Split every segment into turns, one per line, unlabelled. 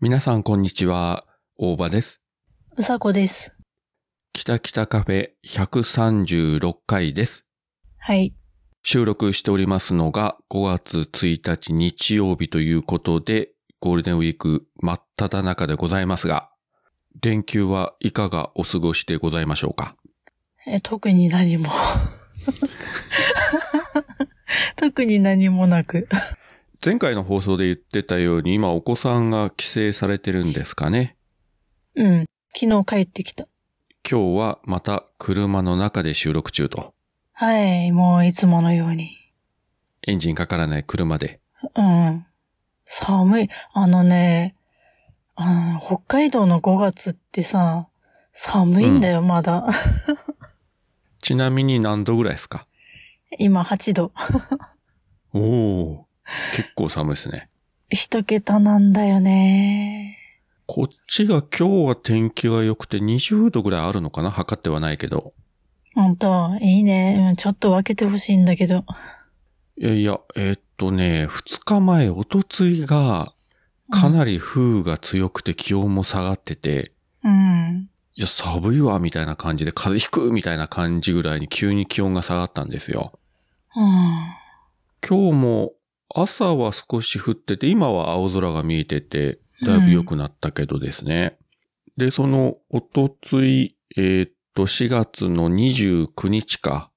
皆さん、こんにちは。大場です。
うさこです。
北北カフェ136回です。
はい。
収録しておりますのが5月1日日曜日ということで、ゴールデンウィーク真っ只中でございますが、連休はいかがお過ごしでございましょうか
え、特に何も。 特に何もなく。
前回の放送で言ってたように、今お子さんが帰省されてるんですかね
うん。昨日帰ってきた。
今日はまた車の中で収録中と、
はい。もういつものように。
エンジンかからない車で
うん。寒い。あのね、あの、北海道の5月ってさ、寒いんだよ、まだ。
ちなみに何度ぐらいですか
今8度。
おお。結構寒いですね。
一桁なんだよね。
こっちが今日は天気が良くて20度ぐらいあるのかな測ってはないけど。
ほんと、いいね。うんちょっと分けてほしいんだけど。
いやいや、えーっとね、2日前、おとついが、かなり風雨が強くて気温も下がってて、
うん。
いや、寒いわ、みたいな感じで、風邪ひく、みたいな感じぐらいに急に気温が下がったんですよ。
うん。
今日も朝は少し降ってて、今は青空が見えてて、だいぶ良くなったけどですね。で、その、おとつい、えーっと、4月の29日か、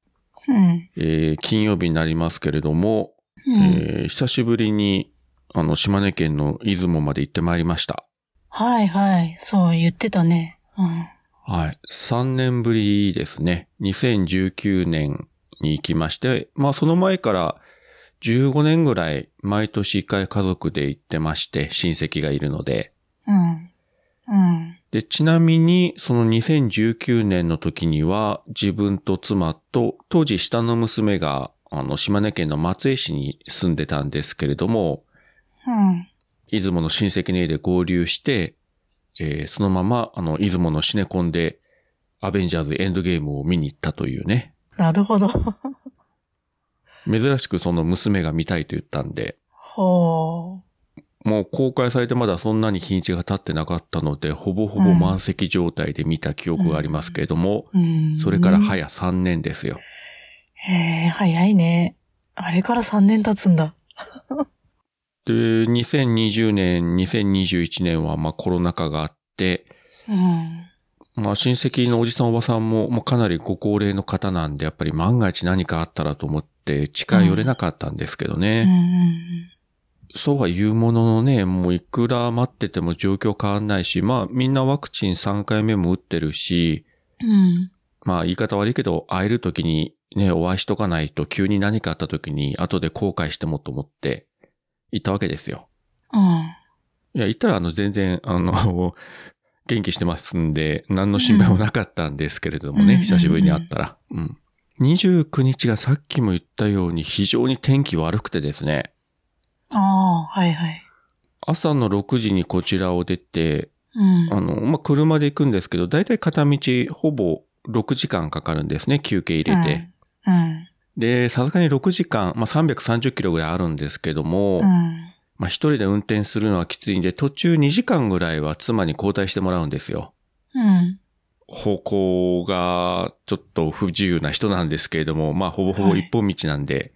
うん。
えー金曜日になりますけれども、
うん。
えー久しぶりに、あの、島根県の出雲まで行ってまいりました。
はいはい。そう言ってたね。うん。
はい。3年ぶりですね。2019年に行きまして、まあその前から15年ぐらい毎年1回家族で行ってまして、親戚がいるので。
うん。うん。
で、ちなみにその2019年の時には自分と妻と当時下の娘があの島根県の松江市に住んでたんですけれども、
うん。
出雲の親戚の家で合流して、えーそのまま、あの、出雲のシネコンで、アベンジャーズエンドゲームを見に行ったというね。
なるほど。
珍しくその娘が見たいと言ったんで、
ほ
もう公開されてまだそんなに日にちが経ってなかったので、ほぼほぼ満席状態で見た記憶がありますけれども、
う。うん。
それから早3年ですよ。
へえ、早いね。あれから3年経つんだ。
で、2020年、2021年はまあコロナ禍があって、
うん。
まあ親戚のおじさんおばさんももうかなりご高齢の方なんで、やっぱり万が一何かあったらと思って近寄れなかったんですけど
うんう
ね。
ん
そうは言うもののね、もういくら待ってても状況変わんないし、まあみんなワクチン3回目も打ってるし、
うん。うん。
まあ言い方悪いけど会える時にね、お会いしとかないと急に何かあった時に後で後悔してもと思って行ったわけですよ。
うん。
いや、行ったらあの全然あの、 元気してますんで、何の心配もなかったんですけれどもね、
うん
久しぶりに会ったら。うん。29日がさっきも言ったように非常に天気悪くてですね、
ああ、はいはい。
朝の6時にこちらを出て、
うん。
あの、まあ、車で行くんですけど、だいたい片道ほぼ6時間かかるんですね、休憩入れて。
うん。
で、さすがに6時間、まあ、330キロぐらいあるんですけども、
うん。うん。
まあ、一人で運転するのはきついんで、途中2時間ぐらいは妻に交代してもらうんですよ。
うん。
方向がちょっと不自由な人なんですけれども、まあほぼほぼ
はい
一本道なんで、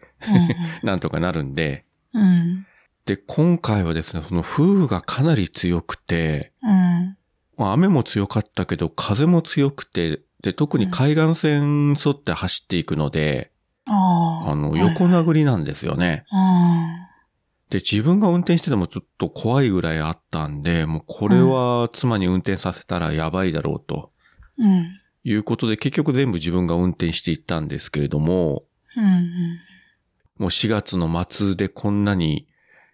なんとかなるんで、
うん。うん。
で、今回はですね、その風雨がかなり強くて、
うん。
まあ、雨も強かったけど、風も強くて、で、特に海岸線沿って走っていくので、
ああ。
あの、
はい
横。殴りなんですよね。
うん。
で、自分が運転しててもちょっと怖いぐらいあったんで、もうこれは妻に運転させたらやばいだろうと
うん。
いうことで、結局全部自分が運転していったんですけれども、
うん。
もう4月の末でこんなに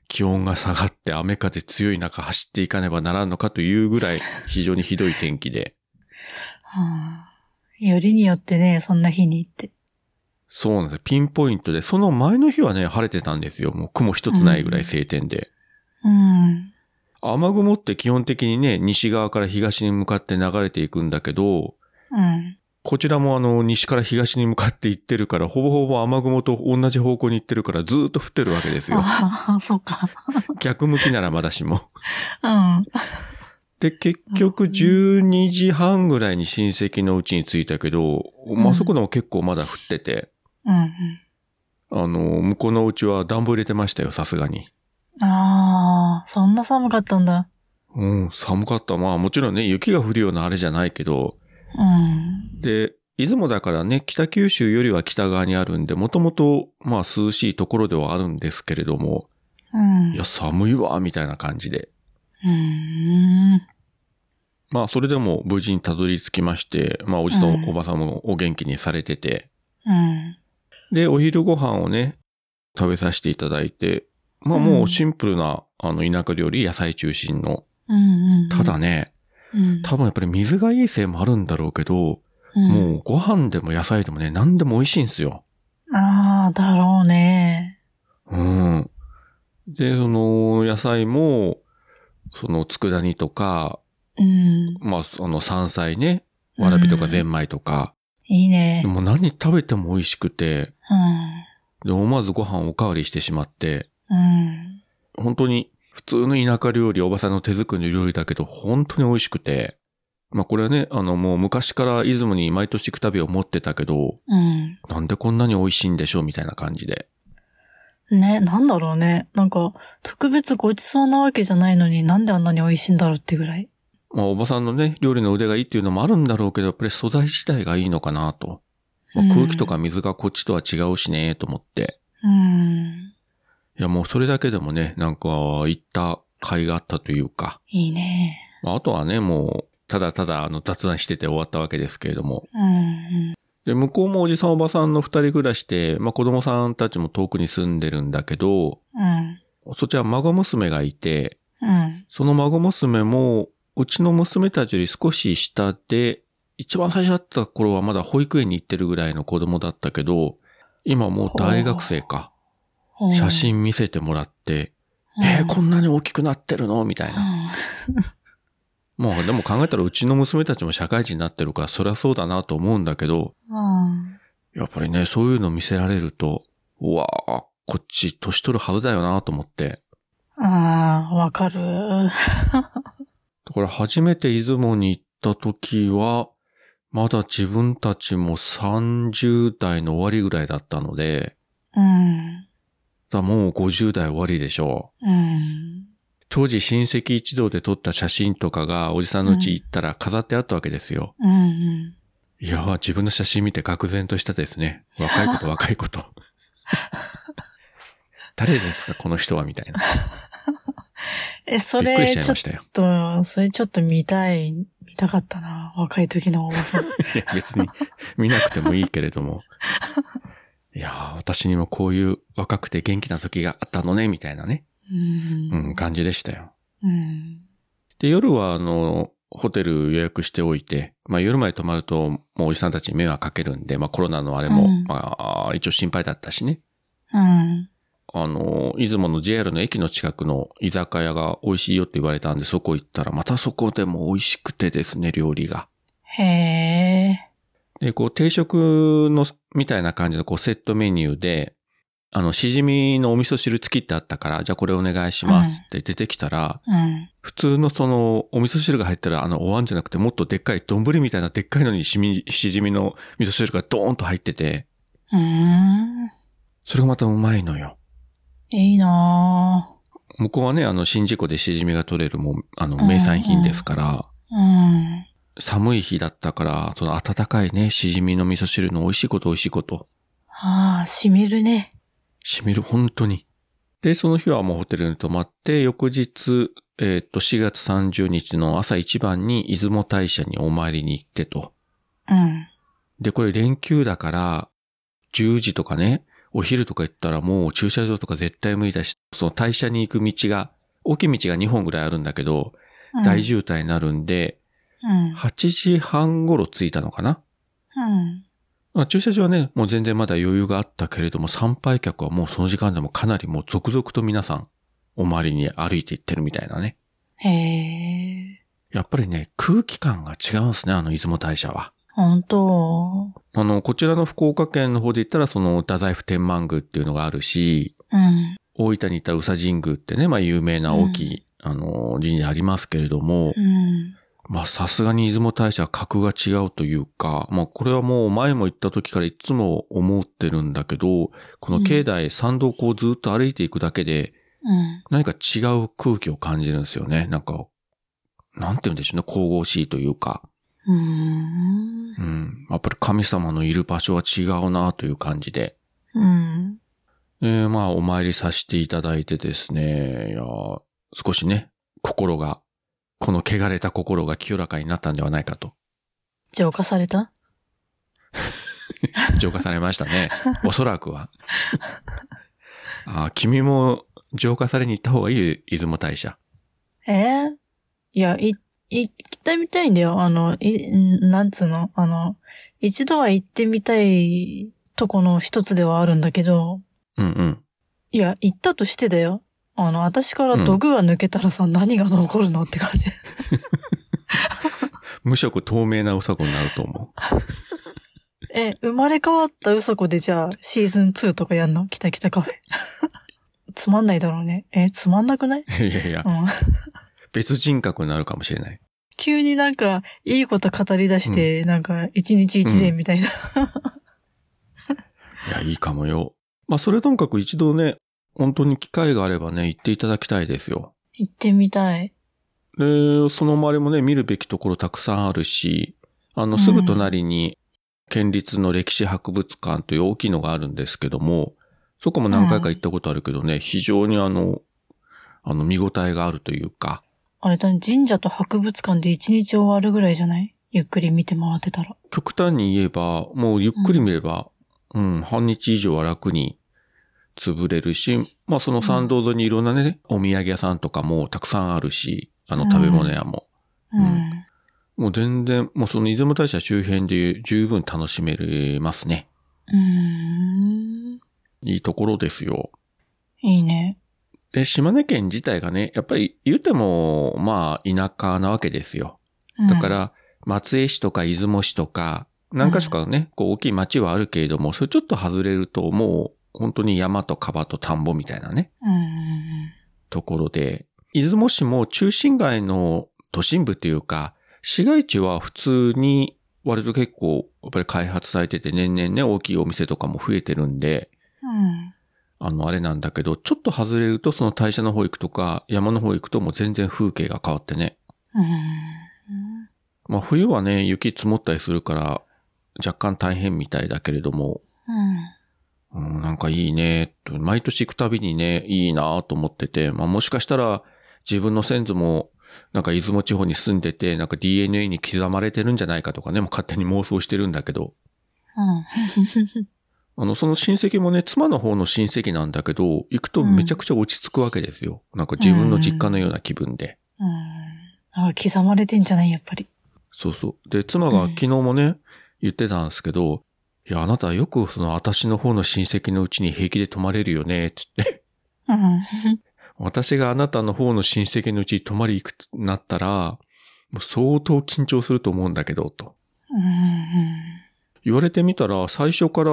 気温が下がって雨風強い中走っていかねばならんのかというぐらい非常にひどい天気で。
はあ、よりによってね、そんな日に行って。
そうなんです。ピンポイントで、その前の日はね、晴れてたんですよ。もう雲一つないぐらい晴天で。
うん。
雨雲って基本的にね、西側から東に向かって流れていくんだけど、
うん。
こちらもあの、西から東に向かって行ってるから、ほぼほぼ雨雲と同じ方向に行ってるから、ずーっと降ってるわけですよ。
ああ、 そうか。
逆向きならまだしも。
うん。
で、結局
うん
12時半ぐらいに親戚のうちに着いたけど、まあ、
うん
そこでも結構まだ降ってて、
うん
あの、向こうのうちは暖房入れてましたよ、さすがに。
うん。ああ、そんな寒かったんだ。
うん、寒かった。まあもちろんね、雪が降るようなあれじゃないけど、
うん。
で、出雲だからね、北九州よりは北側にあるんで、もともと、まあ涼しいところではあるんですけれども、
うん
いや、。寒いわ、みたいな感じで。
うん。
まあ、それでも無事にたどり着きまして、まあ、おじさん、
うん
おばさんもお元気にされてて、
うん。
で、お昼ご飯をね、食べさせていただいて、まあ、もうシンプルな、あの、田舎料理、野菜中心の。
うん。うん
ただ、ね、
うん、
多分やっぱり水がいいせいもあるんだろうけど、
うん
もうご飯でも野菜でもね、何でも美味しいんですよ。
ああ、だろうね。
うん。で、その、野菜も、その、佃煮とか、
うん。
まあ、その、山菜ね、わらびとかゼ
部。
ンマイとか、
いいね。
もう何食べても美味しくて、
うん。
で、思わずご飯おかわりしてしまって、
うん。
本当に普通の田舎料理、おばさんの手作りの料理だけど、本当に美味しくて、まあこれはね、あのもう昔から出雲に毎年行く旅を持ってたけど、
うん。
なんでこんなに美味しいんでしょうみたいな感じで。
ね、なんだろうね。なんか、特別ごちそうなわけじゃないのになんであんなに美味しいんだろうってぐらい。
まあおばさんのね、料理の腕がいいっていうのもあるんだろうけど、やっぱり素材自体がいいのかなと。まあ
うん
空気とか水がこっちとは違うしね、と思って。
うん。
いやもうそれだけでもね、なんか行った甲斐があったというか。
いいね。
まああとはね、もう、ただただあの雑談してて終わったわけですけれども。
うん。
で、向こうもおじさんおばさんの二人暮らしで、まあ子供さんたちも遠くに住んでるんだけど、
うん。
そっちは孫娘がいて、
うん。
その孫娘も、うちの娘たちより少し下で、一番最初だった頃はまだ保育園に行ってるぐらいの子供だったけど、今もう大学生か。
うん
写。真見せてもらって、
うん
えー、こんなに大きくなってるのみたいな。もうでも考えたらうちの娘たちも社会人になってるから、そりゃそうだなと思うんだけど、
うん。うん
やっぱりね、そういうの見せられると、うわあこっち年取るはずだよなと思って。
ああ、わかる。
だから初めて出雲に行った時は、まだ自分たちも30代の終わりぐらいだったので、
うん。
だもう50代終わりでしょう。
うん。
当時親戚一同で撮った写真とかがおじさんの家行ったら飾ってあったわけですよ。
うんうん。
いやー自分の写真見て愕然としたですね。若いこと若い こと。誰ですかこの人はみたいな。
え、そ
びっく
れ、
りしち
ちょ
ゃ
っ
いましたよ。
と、それちょっと見たい、見たかったな。若い時のおば さん。
いや、別に見なくてもいいけれども。いやー、私にもこういう若くて元気な時があったのね、みたいなね、
うん
うん、感じでしたよ。
うん。
で、夜は、あの、ホテル予約しておいて、まあ夜まで泊まると、もうおじさんたちに迷惑かけるんで、まあコロナのあれも、
うん
まあ一応心配だったしね。
うん。
あの、出雲の JR の駅の近くの居酒屋が美味しいよって言われたんで、そこ行ったら、またそこでも美味しくてですね、料理が。
へえ。
で、こう、定食の、みたいな感じの、こう、セットメニューで、あの、しじみのお味噌汁付きってあったから、じゃあこれお願いしますって出てきたら、
うん。
普通のその、お味噌汁が入ったら、あの、お椀じゃなくて、もっとでっかい丼みたいな、でっかいのにしみ、しじみの味噌汁がドーンと入ってて、
うーん。
それがまたうまいのよ。
いいな
向こうはね、あの、宍道湖でしじみが取れる、もう、あの、名産品ですから、
ぁ。うん。
寒い日だったから、その温かいね、しじみの味噌汁の美味しいこと美味しいこと、
ああ、しみるね。
しみる、本当に。で、その日はもうホテルに泊まって、翌日、えーっと、4月30日の朝一番に出雲大社にお参りに行ってと。
うん。
で、これ連休だから、10時とかね、お昼とか行ったらもう駐車場とか絶対無理だし、その大社に行く道が、大きい道が2本ぐらいあるんだけど、
うん
大。渋滞になるんで、
うん。
8時半頃着いたのかな。
うん。
まあ、駐車場はね、もう全然まだ余裕があったけれども、参拝客はもうその時間でもかなりもう続々と皆さん、お周りに歩いていってるみたいなね。
へえ。
やっぱりね、空気感が違うんですね、あの出雲大社は。
本当
あの、こちらの福岡県の方で言ったら、その、太宰府天満宮っていうのがあるし、
うん。
大分に行った宇佐神宮ってね、まあ有名な大きい、あの、神社ありますけれども、
うん。
まあさすがに出雲大社は格が違うというか、まあこれはもう前も言った時からいつも思ってるんだけど、この境内参道をこうずっと歩いていくだけで、
うん。
何か違う空気を感じるんですよね。なんか、なんて言うんでしょうね、神々しいというか。
うん
う。ん。やっぱり神様のいる場所は違うなという感じで。
うん。
えーまあ、お参りさせていただいてですね、いやー少しね、心が、この汚れた心が清らかになったんではないかと、
浄化された
浄化されましたね。おそらくは。あー君も浄化されに行った方がいいよ、出雲大社。
えーいや、い、行ってみたいんだよ。あの、い、んなんつうのあの、一度は行ってみたいとこの一つではあるんだけど、
うんうん。
いや、行ったとしてだよ。あの、私から毒が抜けたらさ、何が残るのって感じ。
無色透明なうさこになると思う。
え、生まれ変わったウソコでじゃあ、シーズン2とかやんのきたきたカフェ。 つまんないだろうね。え、つまんなくない
いやいや
う、ん。
別人格になるかもしれない。
急になんか、いいこと語り出して、なんか、一日一善みたいな。
いや、いいかもよ。まあ、それともかく一度ね、本当に機会があればね、行っていただきたいですよ。
行ってみたい。
で、その周りもね、見るべきところたくさんあるし、あ
う
の、
ん
すぐ隣に、県立の歴史博物館という大きいのがあるんですけども、そこも何回か行ったことあるけどね、非常にあの、あの、見応えがあるというか、
あれだね、神社と博物館で一日終わるぐらいじゃないゆっくり見て回ってたら。
極端に言えば、もうゆっくり見れば、うん、半日以上は楽に潰れるし、まあその参道沿いにいろんなね、お土産屋さんとかもたくさんあるし、あ
うん
の食べ物屋も。
うん。
もう全然、もうその出雲大社周辺で十分楽しめますね。
うーん。
いいところですよ。
いいね。
で、島根県自体がね、やっぱり言うても、まあ田舎なわけですよ。
うん
だか、ら、松江市とか出雲市とか、何か所かね、こう大きい町はあるけれども、それちょっと外れるともう、本当に山と川と田んぼみたいなね、
うん。
ところで、出雲市も中心街の都心部というか、市街地は普通に、割と結構、やっぱり開発されてて、年々ね、大きいお店とかも増えてるんで、
うん。
あの、あれなんだけど、ちょっと外れると、その大社の方行くとか、山の方行くともう全然風景が変わってね、
うん。
まあ冬はね、雪積もったりするから、若干大変みたいだけれども、
うん。
うん、なんかいいね、と毎年行くたびにね、いいなと思ってて、まあもしかしたら自分の先祖も、なんか出雲地方に住んでて、なんか DNA に刻まれてるんじゃないかとかね、もう勝手に妄想してるんだけど、
うん。
あの、その親戚もね、妻の方の親戚なんだけど、行くとめちゃくちゃ落ち着くわけですよ。なんか自分の実家のような気分で。
うん。あ、刻まれてんじゃないやっぱり。
そうそう。で、妻が
うん
昨日もね、言ってたんですけど、いや、あなたよくその私の方の親戚のうちに平気で泊まれるよね、つって。
うん。
私があなたの方の親戚のうちに泊まり行くとなったら、もう相当緊張すると思うんだけど、と。
うん。
言われてみたら、最初から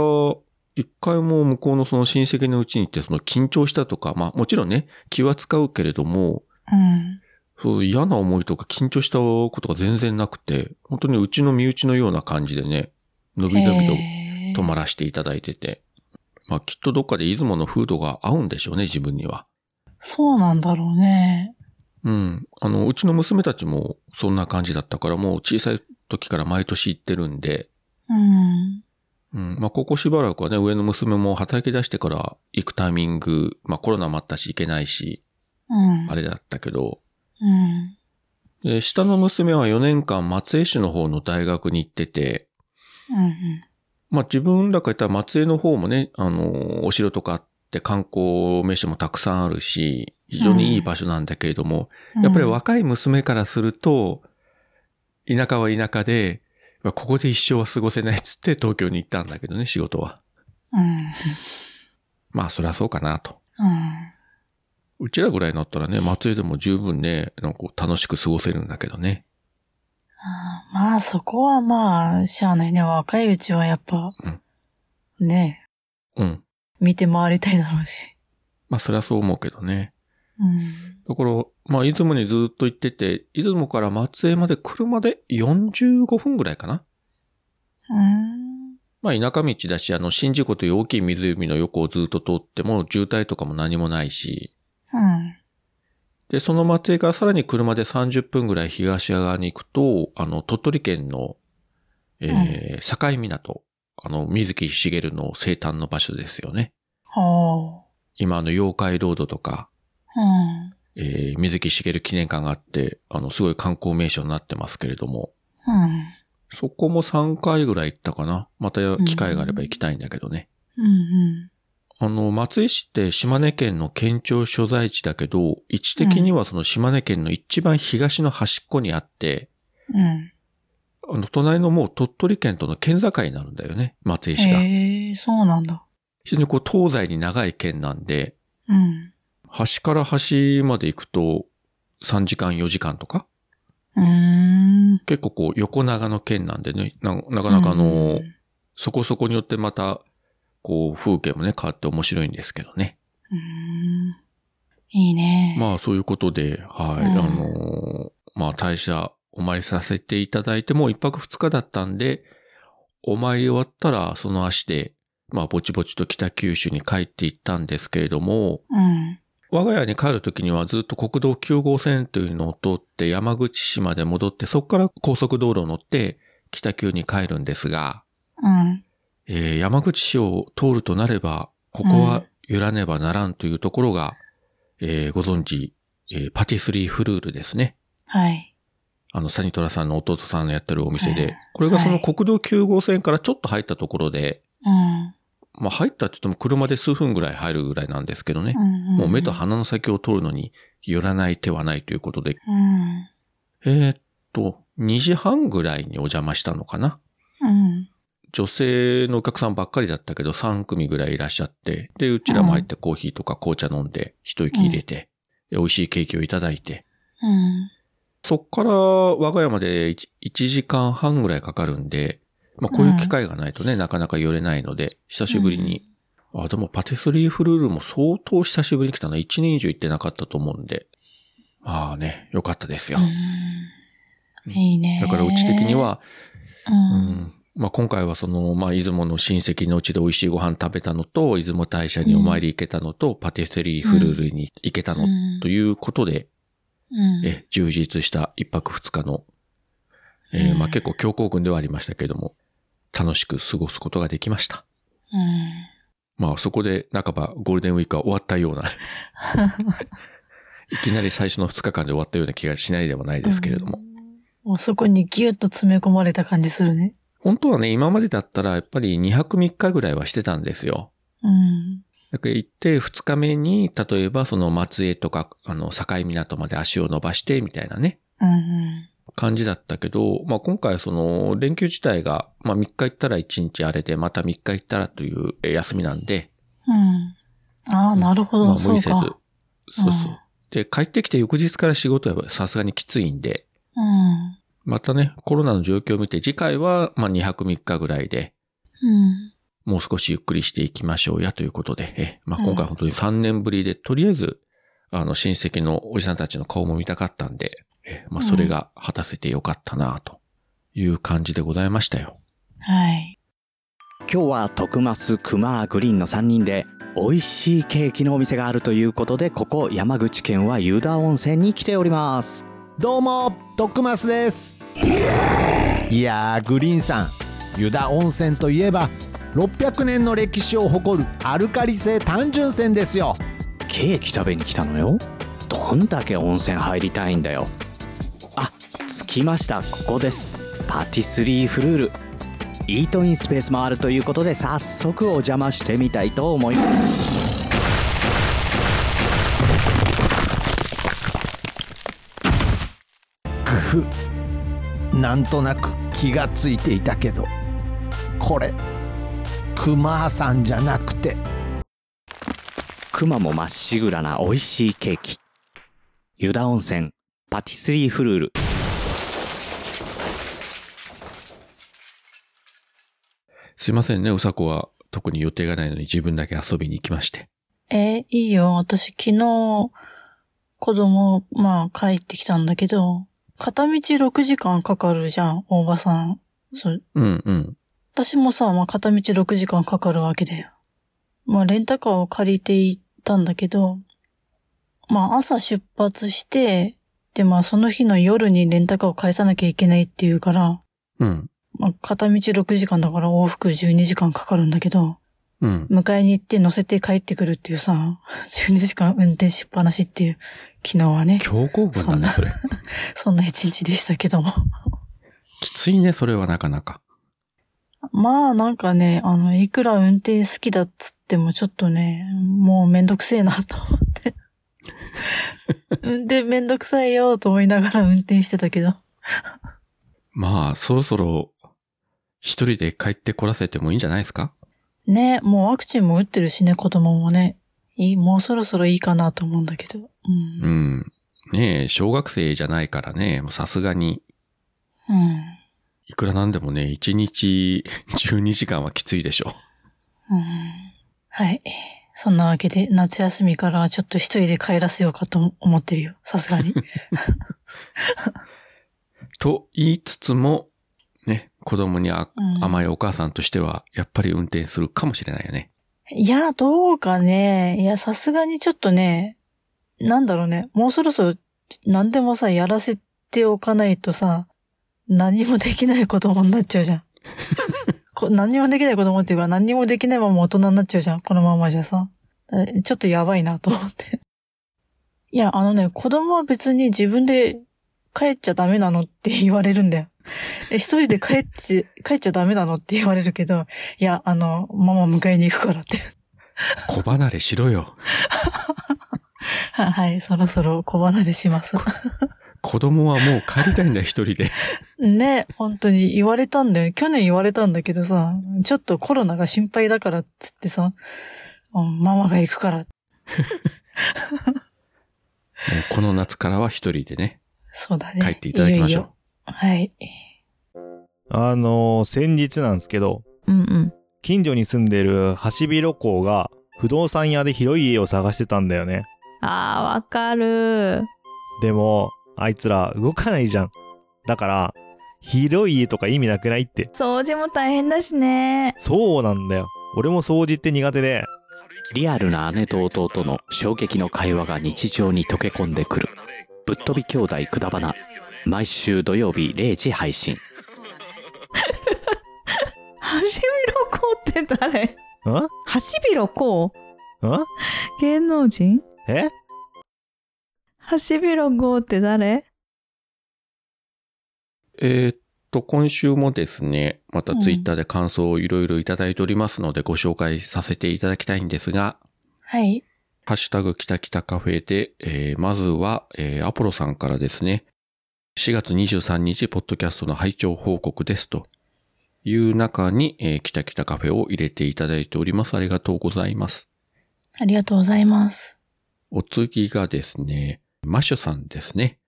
一回も向こうのその親戚のうちに行って、その緊張したとか、まあもちろんね、気は使うけれども、
うん。
そう嫌な思いとか緊張したことが全然なくて、本当にうちの身内のような感じでね、のびのびと
へー
泊まらせていただいてて。まあきっとどっかで出雲の風土が合うんでしょうね、自分には。
そうなんだろうね。
うん。あの、うちの娘たちもそんな感じだったから、もう小さい時から毎年行ってるんで、
うん。
うん。まあここしばらくはね、上の娘も働き出してから行くタイミング、まあコロナもあったし行けないし、
うん。
あれだったけど、
うん。
で下の娘は4年間松江市の方の大学に行ってて、
うん。
まあ自分らから言ったら松江の方もね、あの、お城とかあって観光名所もたくさんあるし、非常にいい場所なんだけれども、
うん
やっぱり、若い娘からすると、田舎は田舎で、まあここで一生は過ごせないっつって東京に行ったんだけどね、仕事は。
うん。
まあそりゃそうかなと。
うん。
うちらぐらいになったらね、松江でも十分ね、なんかこう楽しく過ごせるんだけどね。
あーまあそこはまあ、しゃあないね。若いうちはやっぱ、ね
うん。
え、見て回りたいだろうし。
まあ、そりゃそう思うけどね。
うん。
だから、まあ、出雲にずっと行ってて、出雲から松江まで車で45分ぐらいかな。
うん。
まあ、田舎道だし、あの、宍道湖という大きい湖の横をずっと通っても、渋滞とかも何もないし、
うん。
で、その松江からさらに車で30分ぐらい東側に行くと、あの、鳥取県の、えー境港。あの、水木しげるの生誕の場所ですよね。
ほ
今、あの、妖怪ロードとか、
う。うん。
えー水木しげる記念館があって、あの、すごい観光名所になってますけれども、
うん。
そこも3回ぐらい行ったかな。また機会があれば行きたいんだけどね。
うん。
あの、松江市って島根県の県庁所在地だけど、位置的にはその島根県の一番東の端っこにあって、
うん。うん。
あの、隣のもう鳥取県との県境になるんだよね、松江市が。
へえ、そうなんだ。
非常にこう、東西に長い県なんで、
うん。
端から端まで行くと、3時間4時間とか
うーん。
結構こう、横長の県なんでね、ななかなかあの、
うん
そこそこによってまた、こう、風景もね、変わって面白いんですけどね。
うーんいいね。
まあ、そういうことで、はい、
うん
あのーまあ、大社お参りさせていただいて、もう一泊二日だったんで、お参り終わったら、その足で、まあ、ぼちぼちと北九州に帰っていったんですけれども、
うん。
我が家に帰るときにはずっと国道9号線というのを通って山口市まで戻って、そこから高速道路を乗って北九に帰るんですが、
うん。
えー山口市を通るとなれば、ここは揺らねばならんというところが、えーご存知、えーパティスリーフルールですね。
はい。
あの、サニトラさんの弟さんのやってるお店
うん
で、これがそ
は
の
い
国道9号線からちょっと入ったところで、
うん。
まあ入ったって言っても車で数分ぐらい入るぐらいなんですけどね
う、ん。
もう目と。鼻の先を通るのに寄らない手はないということで、
うん。
えーっと、2時半ぐらいにお邪魔したのかな。
うん。
女性のお客さんばっかりだったけど、3組ぐらいいらっしゃって、で、うちらも入ってコーヒーとか紅茶飲んで、一息入れて、で美味しいケーキをいただいて、
うん。
そっから我が家まで 1, 時間半ぐらいかかるんで、まあこういう機会がないとね、なかなか寄れないので、久しぶりに、あ、でもパティスリーフルールも相当久しぶりに来たな。1年以上行ってなかったと思うんで、まあね、良かったですよ。
うん。いいね。
だからうち的に、は、
う。
うんん。まあ、今回はその、まあ、出雲の親戚のうちで美味しいご飯食べたのと、出雲大社にお参り行けたのと、パティステリーフルールに行けたの、
うん
ということで、
うん。
え、充実した一泊二日の、えー
うん
まあ、結構強行軍ではありましたけれども、楽しく過ごすことができました。
うん。
まあ、そこで、半ばゴールデンウィークは終わったよう な、いきなり最初の二日間で終わったような気がしないでもないですけれども。
うん。もうそこにギュッと詰め込まれた感じするね。
本当はね、今までだったら、やっぱり2泊3日ぐらいはしてたんですよ。
うん。
だから行って、二日目に、例えばその松江とか、あの、境港まで足を伸ばして、みたいなね、
うん。
感じだったけど、まあ今回はその、連休自体が、まあ3日行ったら1日あれで、また3日行ったらというえー休みなんで、
うん。ああ、なるほ
まあ
ど。
無
そう
理せず。
か。
そうそう
うん。
で、帰ってきて翌日から仕事はやっぱさすがにきついんで、
うん。
またね、コロナの状況を見て、次回は、まあ2泊3日ぐらいで、
うん。
もう少しゆっくりしていきましょうやということで、えまあ、今回本当に3年ぶりで、とりあえず、あの、親戚のおじさんたちの顔も見たかったんで、えまあ、
うん
それが果たせてよかったな、という感じでございましたよ。
はい。
今日は徳増熊グリーンの3人で美味しいケーキのお店があるということでここ山口県は湯田温泉に来ております
どうも徳増ですいやーグリーンさん湯田温泉といえば600年の歴史を誇るアルカリ性単純泉ですよ
ケーキ食べに来たのよどんだけ温泉入りたいんだよあ着きましたここですパティスリーフルールイートインスペースもあるということで早速お邪魔してみたいと思います
くふなんとなく気がついていたけどこれ熊さんじゃなくて
熊もまっしぐらな美味しいケーキ湯田温泉パティスリーフルール
すいませんね、うさこは特に予定がないのに自分だけ遊びに行きまして。
え、いいよ。私昨日、子供、まあ帰ってきたんだけど、片道6時間かかるじゃん、大場さん。そう。
うんうん。
私もさ、まあ片道6時間かかるわけだよ。まあレンタカーを借りて行ったんだけど、まあ朝出発して、でまあその日の夜にレンタカーを返さなきゃいけないっていうから、
うん。
まあ片道6時間だから往復12時間かかるんだけど、
うん。
迎えに行って乗せて帰ってくるっていうさ、12時間運転しっぱなしっていう、昨日はね、
強行軍だね、そ
そ
れ。
そんな一日でしたけども。
きついね、それはなかなか。
まあなんかね、あの、いくら運転好きだっつってもちょっとね、もうめんどくせえなと思って。運転めんどくさいよと思いながら運転してたけど。
まあ、そろそろ、一人で帰ってこらせてもいいんじゃないですか
ね、もうワクチンも打ってるしね、子供もね。いい、もうそろそろいいかなと思うんだけど。うん。
う
うん。
ん。ねえ、小学生じゃないからね、もうさすがに、いくらなんでもね、1日 12時間はきついでしょ
うん。はい。そんなわけで、夏休みからちょっと一人で帰らせようかと思ってるよ。さすがに。
う。と言いつつも、ね、子供にあ
うん
甘いお母さんとしては、やっぱり運転するかもしれないよね。
いや、どうかね。いや、さすがにちょっとね、なんだろうね。もうそろそろ、何でもさ、やらせておかないとさ、何もできない子供になっちゃうじゃん。こ何もできない子供っていうか、何もできないまま大人になっちゃうじゃん。このままじゃさ。えちょっとやばいなと思って。いや、あのね、子供は別に自分で帰っちゃダメなのって言われるんだよ。え一人で帰って、帰っちゃダメなのって言われるけど、いや、あの、ママ迎えに行くからって。
子離れしろよ。
ははい、そろそろ小離れします。
子供はもう帰りたいんだ、一人で。
ね、本当に言われたんだよ。去年言われたんだけどさ、ちょっとコロナが心配だからっつってさ、うんママが行くから。
もうこの夏からは一人でね、
そうだね。
帰っていただきましょ
いよいよはい。
あのー先日なんですけど、
うんうん。
近所に住んでるハシビロコウが不動産屋で広い家を探してたんだよね。
あー、わかる。
でも、あいつら動かないじゃん。だから、広い家とか意味なくないって。
掃除も大変だしね。
そうなんだよ。俺も掃除って苦手で、
リアルな姉と弟の衝撃の会話が日常に溶け込んでくるぶっ飛び兄弟くだばな毎週土曜日0時配信
ハシビロコウって誰
んん
ハシビロコウ芸能人
え
ハシビロコウって誰
う。えーっと、今週もですね、またツイッターで感想をいろいろいただいておりますので、ご紹介させていただきたいんですが、
はい。
ハッシュタグキタキタカフェで、えーまずは、えーアポロさんからですね、4月23日、ポッドキャストの拝聴報告ですという中に、えー、キタキタカフェを入れていただいております。ありがとうございます。
ありがとうございます。
お次がですね、マシュさんですね。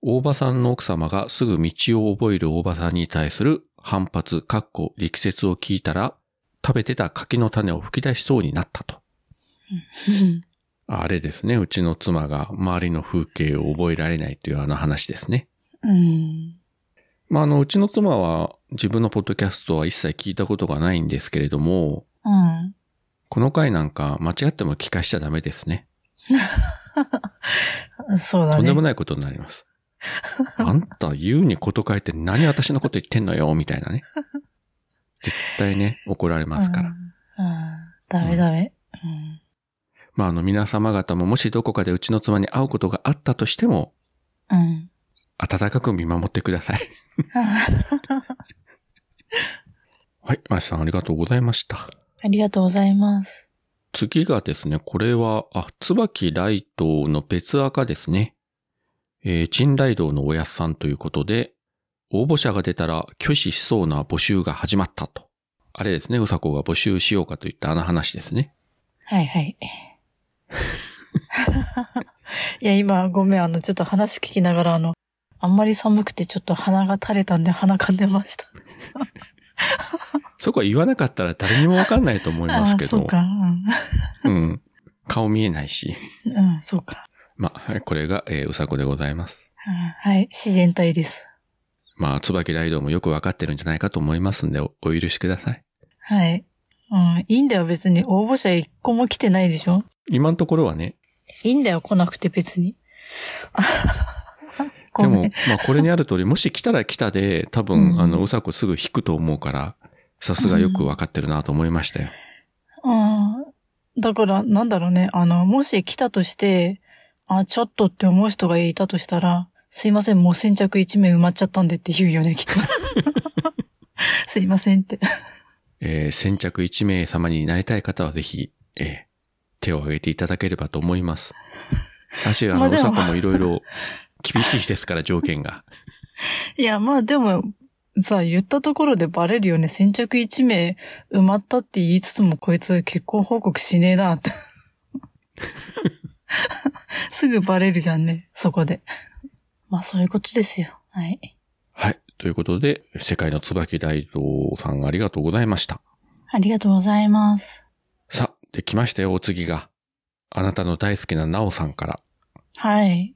大場さんの奥様がすぐ道を覚える大場さんに対する反発、かっこ力説を聞いたら、食べてた柿の種を吹き出しそうになったと。あれですね、うちの妻が周りの風景を覚えられないというあの話ですね。
うん。
まあ、あの、うちの妻は自分のポッドキャストは一切聞いたことがないんですけれども、
うん。
この回なんか間違っても聞かしちゃダメですね。
そうだね。
とんでもないことになり ます。あんた言うにこと書いて何私のこと言ってんのよ、みたいなね。絶対ね、怒られますから。
うん。うん。ダメダメ。うん。
まあ、あの、皆様方ももしどこかでうちの妻に会うことがあったとしても、
うん。
温かく見守ってください。はい、マシさんありがとうございました。
ありがとうございます。
次がですね、これは、あ、椿ライトの別赤ですね。えー、陳ライドのおやっさんということで、応募者が出たら拒否しそうな募集が始まったと。あれですね、うさこが募集しようかといったあの話ですね。
はいはい。いや、今、ごめん、あの、ちょっと話聞きながら、あの、あんまり寒くてちょっと鼻が垂れたんで鼻かんでました。
そこは言わなかったら誰にもわかんないと思い
あ
ま
あ
すけ
ー、そ
ど
う。か。うん
うん。顔見えないし。
うん、そうか。
まあ、はいこれが、えーうさこでございます。
うんはい、自然体です。
まあ、椿ライドウもよくわかってるんじゃないかと思いますんで、おお許しください。
はい。うん、いいんだよ、別に。応募者一個も来てないでしょ
今のところはね。
いいんだよ、来なくて別に。あご
で
めん
も、まあ、これにある通り、もし来たら来たで、多分、
うん
あの、うさこすぐ引くと思うから、さすがよくわかってるなと思いましたよ。
ああ、だから、なんだろうね。あの、もし来たとして、あ、ちょっとって思う人がいたとしたら、すいません、もう先着1名埋まっちゃったんでって言うよね、きっ と。すいませんって。
えー先着1名様になりたい方はぜひ、えー手を挙げていただければと思い ます。私、あ
ま
の、
あ
う
で
さ
も
こもいろい ろ厳しいですから、条件が。
いや、まあでも、さ、言ったところでバレるよね。先着1名埋まったって言いつつも、こいつ結婚報告しねえな って。すぐバレるじゃんね、そこで。まあそういうことですよ。はい。
はい。ということで、世界の椿大道さんありがとうございました。
ありがとうございます。
さあ、できましたよ、お次が。あなたの大好きななおさんから。
はい。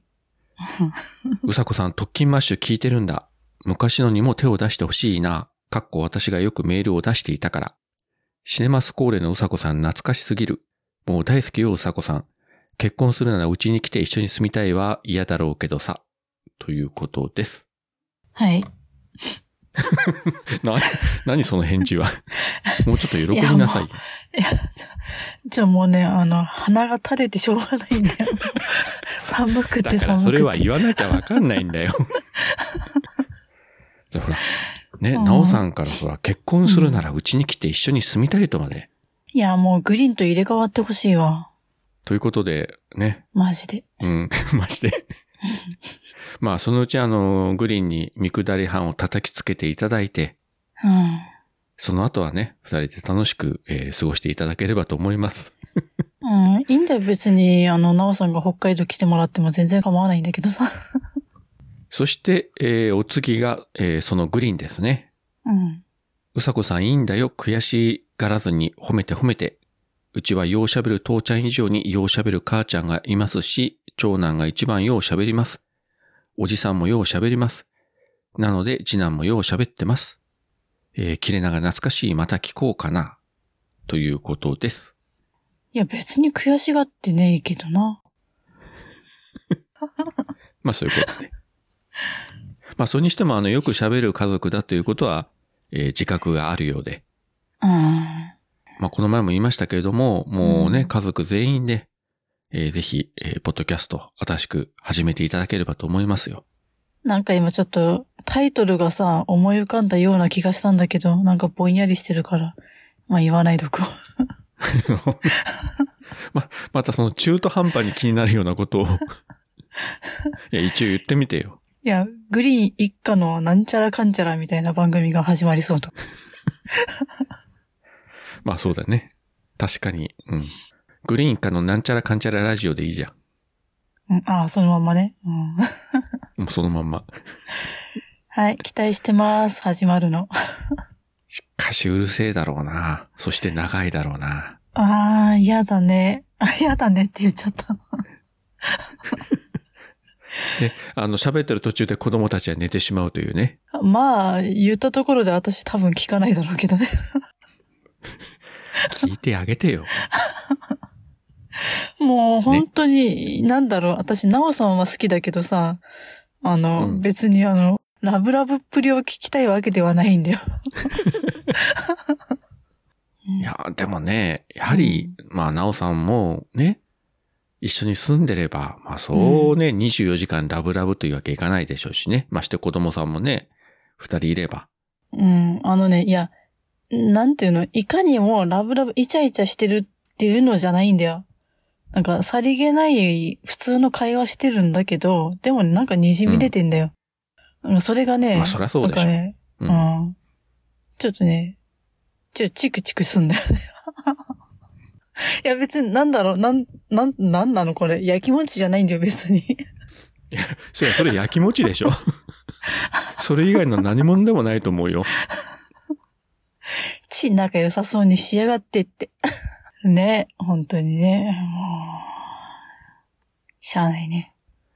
うさこさん、特勤マッシュ聞いてるんだ。昔のにも手を出してほしいな。かっこ私がよくメールを出していたから。シネマスコーレのうさこさん懐かしすぎる。もう大好きよ、うさこさん。結婚するならうちに来て一緒に住みたいは嫌だろうけどさ。ということです。
はい。
な、何その返 事は。もうちょっと喜びなさいよ。
いや、じゃあもうね、あの、鼻が垂れてしょうがないん だよ。寒く
だ
て
から
寒くて。
それは言わなきゃわかんないんだ よ。じゃあほら、ね、
うん
なおさんからほら、結婚するならうちに来て一緒に住みたいとまで。
いや、もうグリーンと入れ替わってほしいわ。
ということで、ね、
マジで。
うん、 まして。まあ、そのうちあの、グリーンに見下り班を叩きつけていただいて、
うん。
その後はね、二人で楽しく、えー過ごしていただければと思います。
うん、いいんだよ、別に。あの、なおさんが北海道来てもらっても全然構わないんだけどさ。
そして、えーお次が、えーそのグリーンですね。
うん。
うさこさんいいんだよ。悔しがらずに褒めて褒めて。うちはようしゃべる父ちゃん以上にようしゃべる母ちゃんがいますし、長男が一番ようしゃべります。おじさんもようしゃべります。なので、次男もようしゃべってます。えー、切れ長懐かしい。また聞こうかな。ということです。
いや、別に悔しがってねえけどな。
まあそういうことで。 まあそれにしても、あの、よく喋る家族だということは、えー自覚があるようで。
うん。
まあ、この前も言いましたけれども、もうね、
うん
家族全員で、えーぜひ、えーポッドキャスト、新しく始めていただければと思います よ。
なんか今ちょっとタイトルがさ、思い浮かんだような気がしたんだけど、なんかぼんやりしてるから、まあ言わないとこう。
ま、またその中途半端に気になるようなこと を、いや、一応言ってみてよ。
いや、グリーン一家のなんちゃらかんちゃらみたいな番組が始まりそうと。
まあ、そうだね。確かに、うん。グリーンかのなんちゃらかんちゃらラジオでいいじゃ
うん、ああ、そのまんまね。うん、
ん。もうそのまんま。
はい、期待してます。始まるの。
しかしうるせえだろうな。そして長いだろうな。
ああ、嫌だね。あ、嫌だねって言っちゃった。
で、あの、喋ってる途中で子供たちは寝てしまうというね。
まあ、言ったところで私多分聞かないだろうけどね。
聞いてあげてよ。
もう本当に、なんだろう、私、なおさんは好きだけどさ、あの、
うん
別にあの、ラブラブっぷりを聞きたいわけではないんだよ。
いや、でもね、やはり、まあ、なおさんもね、一緒に住んでれば、まあ、そうね、24時間ラブラブというわけいかないでしょうしね。まして子供さんもね、二人いれば。
うん、あのね、いや、なんていうの、いかにもラブラブ、イチャイチャしてるっていうのじゃないんだよ。なんか、さりげない普通の会話してるんだけど、でもなんか滲み出てんだよ。なんかそれがね、
まあそりゃそうでしょ
なんかね、
う。
うんん。ちょっとね、ちょ、チクチクすんだよね。 いや別になんだろう、なん、なん、なんなのこれ。いやきもちじゃないんだよ別に。
それ、それ、やきもち でしょ。それ以外の何者でもないと思うよ。
チし仲良さそうにしやがってって。 ね、本当にね、もう、しゃあないね。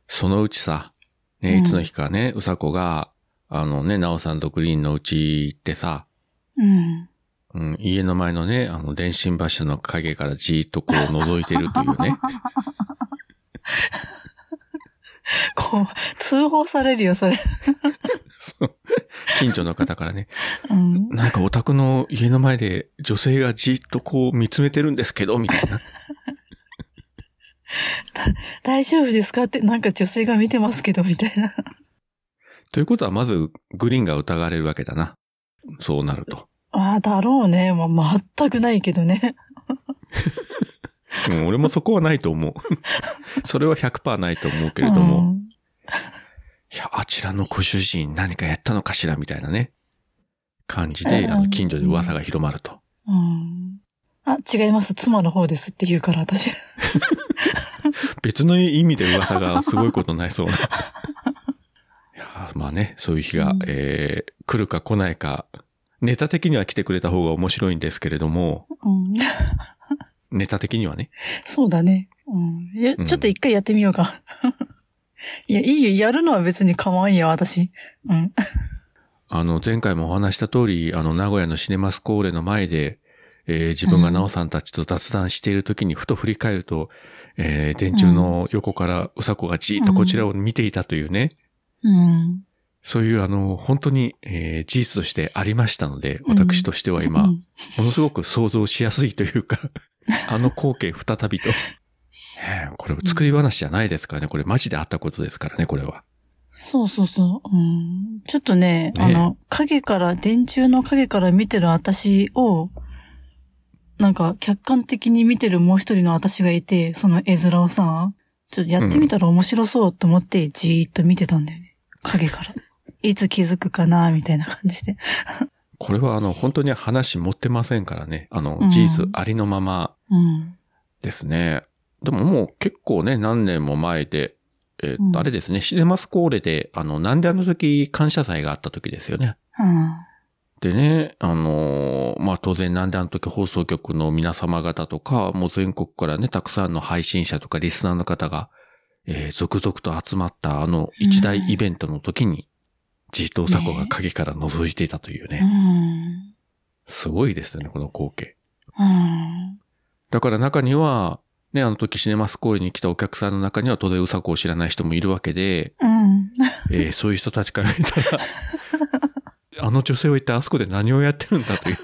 そのうちさ、
う
ね、い
ん
つの日かね、うさこが、あのね、なおさんとグリーンのうち行ってさ、
うん。
うん、家の前のね、あの、電信柱の影からじーっとこう覗いてるという ね。
こう、通報されるよ、それ。
近所の方からね。
うん。
なんかお宅の家の前で女性がじーっとこう見つめてるんですけど、みたい な。
大丈夫ですかって、なんか女性が見てますけど、みたいな。
ということはまずグリーンが疑われるわけだな。そうなると。
ああ、だろうね。まあ、全くないけどね。
うん、俺もそこはないと思う。 それは100%ないと思うけれども。
うん
いや、あちらのご主人何かやったのかしらみたいなね、感じで、
うん
あの、近所で噂が広まると。
うん。あ、違います。妻の方ですって言うから、私。
別の意味で噂がすごいことになりそう な。いやー、まあね、そういう日が、
うん
えー、来るか来ないか、ネタ的には来てくれた方が面白いんですけれども、
うん。
ネタ的にはね。
そうだね。うん。いや、
うん
ちょっと一回やってみようか。 いや、いいよ。やるのは別に構わんや、私。うん。
あの、前回もお話した通り、あの、名古屋のシネマスコーレの前で、えー自分がナオさんたちと雑談している時にふと振り返ると、えー電柱の横からうさこがじーっとこちらを見ていたというね、
うん。
そういうあの、本当に、えー事実としてありましたので、私としては今、
うん
ものすごく想像しやすいという か、あの光景再びと。ねえこれ作り話じゃないですからね。これマジであったことですからね、これは。
そうそうそう。うん。ちょっとね、
ね
あの、影から、電柱の影から見てる私を、なんか、客観的に見てるもう一人の私がいて、その絵面をさ、ちょっとやってみたら面白そうと思って、じーっと見てたんだよね。影 から。いつ気づくかな、みたいな感じで。
これはあの、本当に話持ってませんからね。あの
う、ん
事実ありのまま
うん。
ですね。でももう結構ね、何年も前で、えーっと
うん
あれですね、シネマスコーレで、あの、なんであの時感謝祭があった時ですよね。
うん。
でね、あのーまあ、当然なんであの時放送局の皆様方とか、もう全国からね、たくさんの配信者とかリスナーの方が、えー続々と集まったあの一大イベントの時に、じっとうさこが影から覗いていたという
う
ね、
ん。
すごいですよね、この光景。
うん。
だから中には、ね、あの時シネマス公演に来たお客さんの中には当然うさこを知らない人もいるわけで、
うん。
えーそういう人たちから見た ら、あの女性は一体あそこで何をやってるんだという。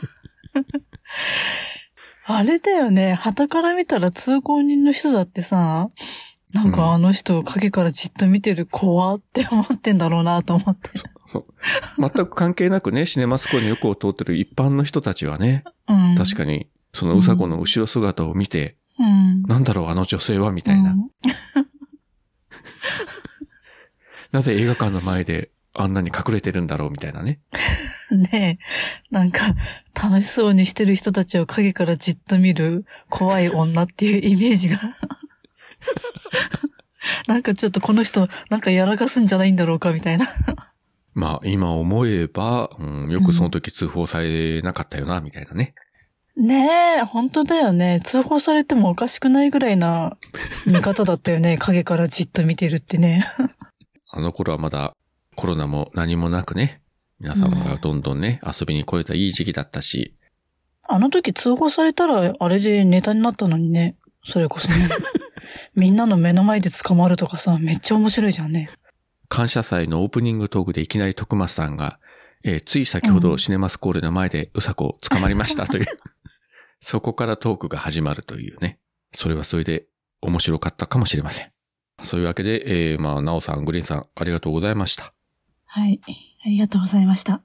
あれだよね。旗から見たら通行人の人だってさ、なん
うん
かあの人を影からじっと見てる怖って思ってんだろうなと思って。
全く関係なくね、シネマスコに横を通ってる一般の人たちはね、
うん。
確かに、そのうさこの後ろ姿を見て、
に。うん。み
なんだろう、あの女性は、みたいな。なぜ映画館の前であんなに隠れてるんだろう、みたいなね。
ねえ、なんか楽しそうにしてる人たちを影からじっと見る怖い女っていうイメー ジが。なんかちょっとこの人、なんかやらかすんじゃないんだろうかみたいな。
まあ、今思えば、うん、よくその時通報されなかったよな、みたいなね。
ねえ、本当だよね。通報されてもおかしくないぐらいな見方だったよ ね。影からじっと見てるってね。
あの頃はまだコロナも何もなくね、皆様がどんどんね、遊びに来れたいい時期だったし、
あの時通報されたら、あれでネタになったのにね。それこそね。みんなの目の前で捕まるとかさ、めっちゃ面白いじゃんね。
感謝祭のオープニングトークでいきなり徳松さんが、えーつい先ほ
う
ど
ん
シネマスコールの前でうさこ捕まりましたと いう、そこからトークが始まるというね。それはそれで面白かったかもしれません。そういうわけで、えーまあ、なおさん、グリーンさん、ありがとうございました。
はい。ありがとうございました。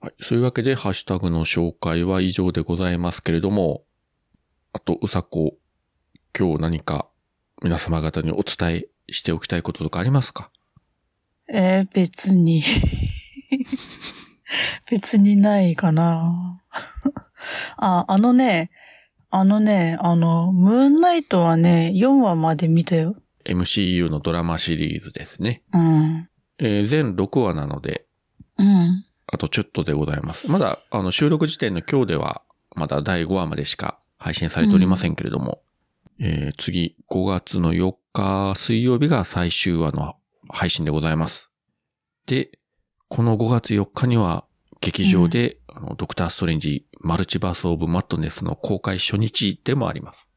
はい。そういうわけで、ハッシュタグの紹介は以上でございますけれども、あと、うさこ、今日何か皆様方にお伝えしておきたいこととかありますか
えー、別に。 別にないかな。あ、あのね、あのね、あの、ムーンナイトはね、4話まで見たよ。
?MCU のドラマシリーズですね。
うん。
えー全6話なので、
うん。
あとちょっとでございます。まだ、あの、収録時点の今日では、まだ第5話までしか配信されておりませんけれども、えー次、5月の4日水曜日が最終話の配信でございます。で、この5月4日には劇場で、あのドクター・ストレンジ・マルチバース・オブ・マットネスの公開初日でもあります。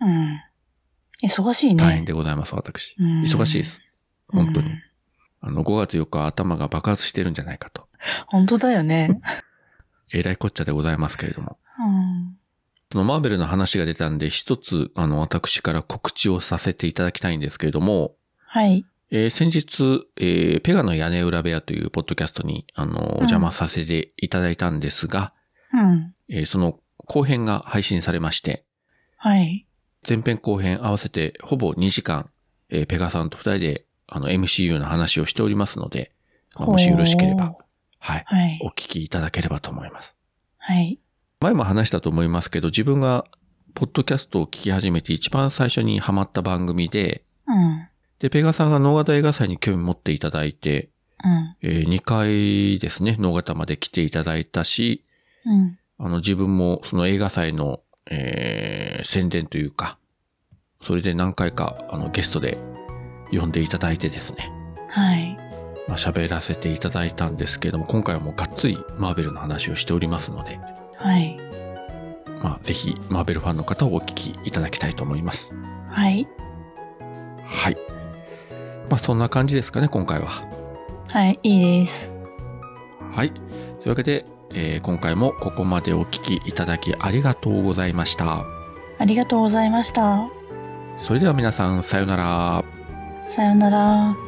うん。忙しいね。
大変でございます、私。
うん
忙しいです。本当に
うん
あの、5月4日は頭が爆発してるんじゃないかと。
本当だよね。
えらいこっちゃでございますけれども。
うん。
そのマーベルの話が出たんで、一つ、あの、私から告知をさせていただきたいんですけれども、
はい。
えー先日、えーペガの屋根裏部屋というポッドキャストに、あの、お邪魔させていただいたんですが、
うん。
えーその後編が配信されまして、
はい。
前編後編合わせてほぼ2時間、えーペガさんと2人で、あの、MCU の話をしておりますので、まあもしよろしければ
おー、
はい、
はい
お。聞きいただければと思います。
はい。
前も話したと思いますけど、自分が、ポッドキャストを聞き始めて一番最初にハマった番組で、
うん。
で、ペガさんが能形映画祭に興味持っていただいて、
うん。
え2回ですね、能形まで来ていただいたし、
うん。
あの、自分もその映画祭の、えー宣伝というか、それで何回か、あの、ゲストで呼んでいただいてですね、
はい。
まあ、喋らせていただいたんですけども、今回はもうがっつりマーベルの話をしておりますので、
はい。
まあ、ぜひ、マーベルファンの方をお聞きいただきたいと思います。
はい。
はい。まあ、そんな感じですかね、今回は。
はい。いいです。
はい。というわけで、えー今回もここまでお聞きいただきありがとうございました。
ありがとうございました。
それでは皆さん、さようなら。
さよなら。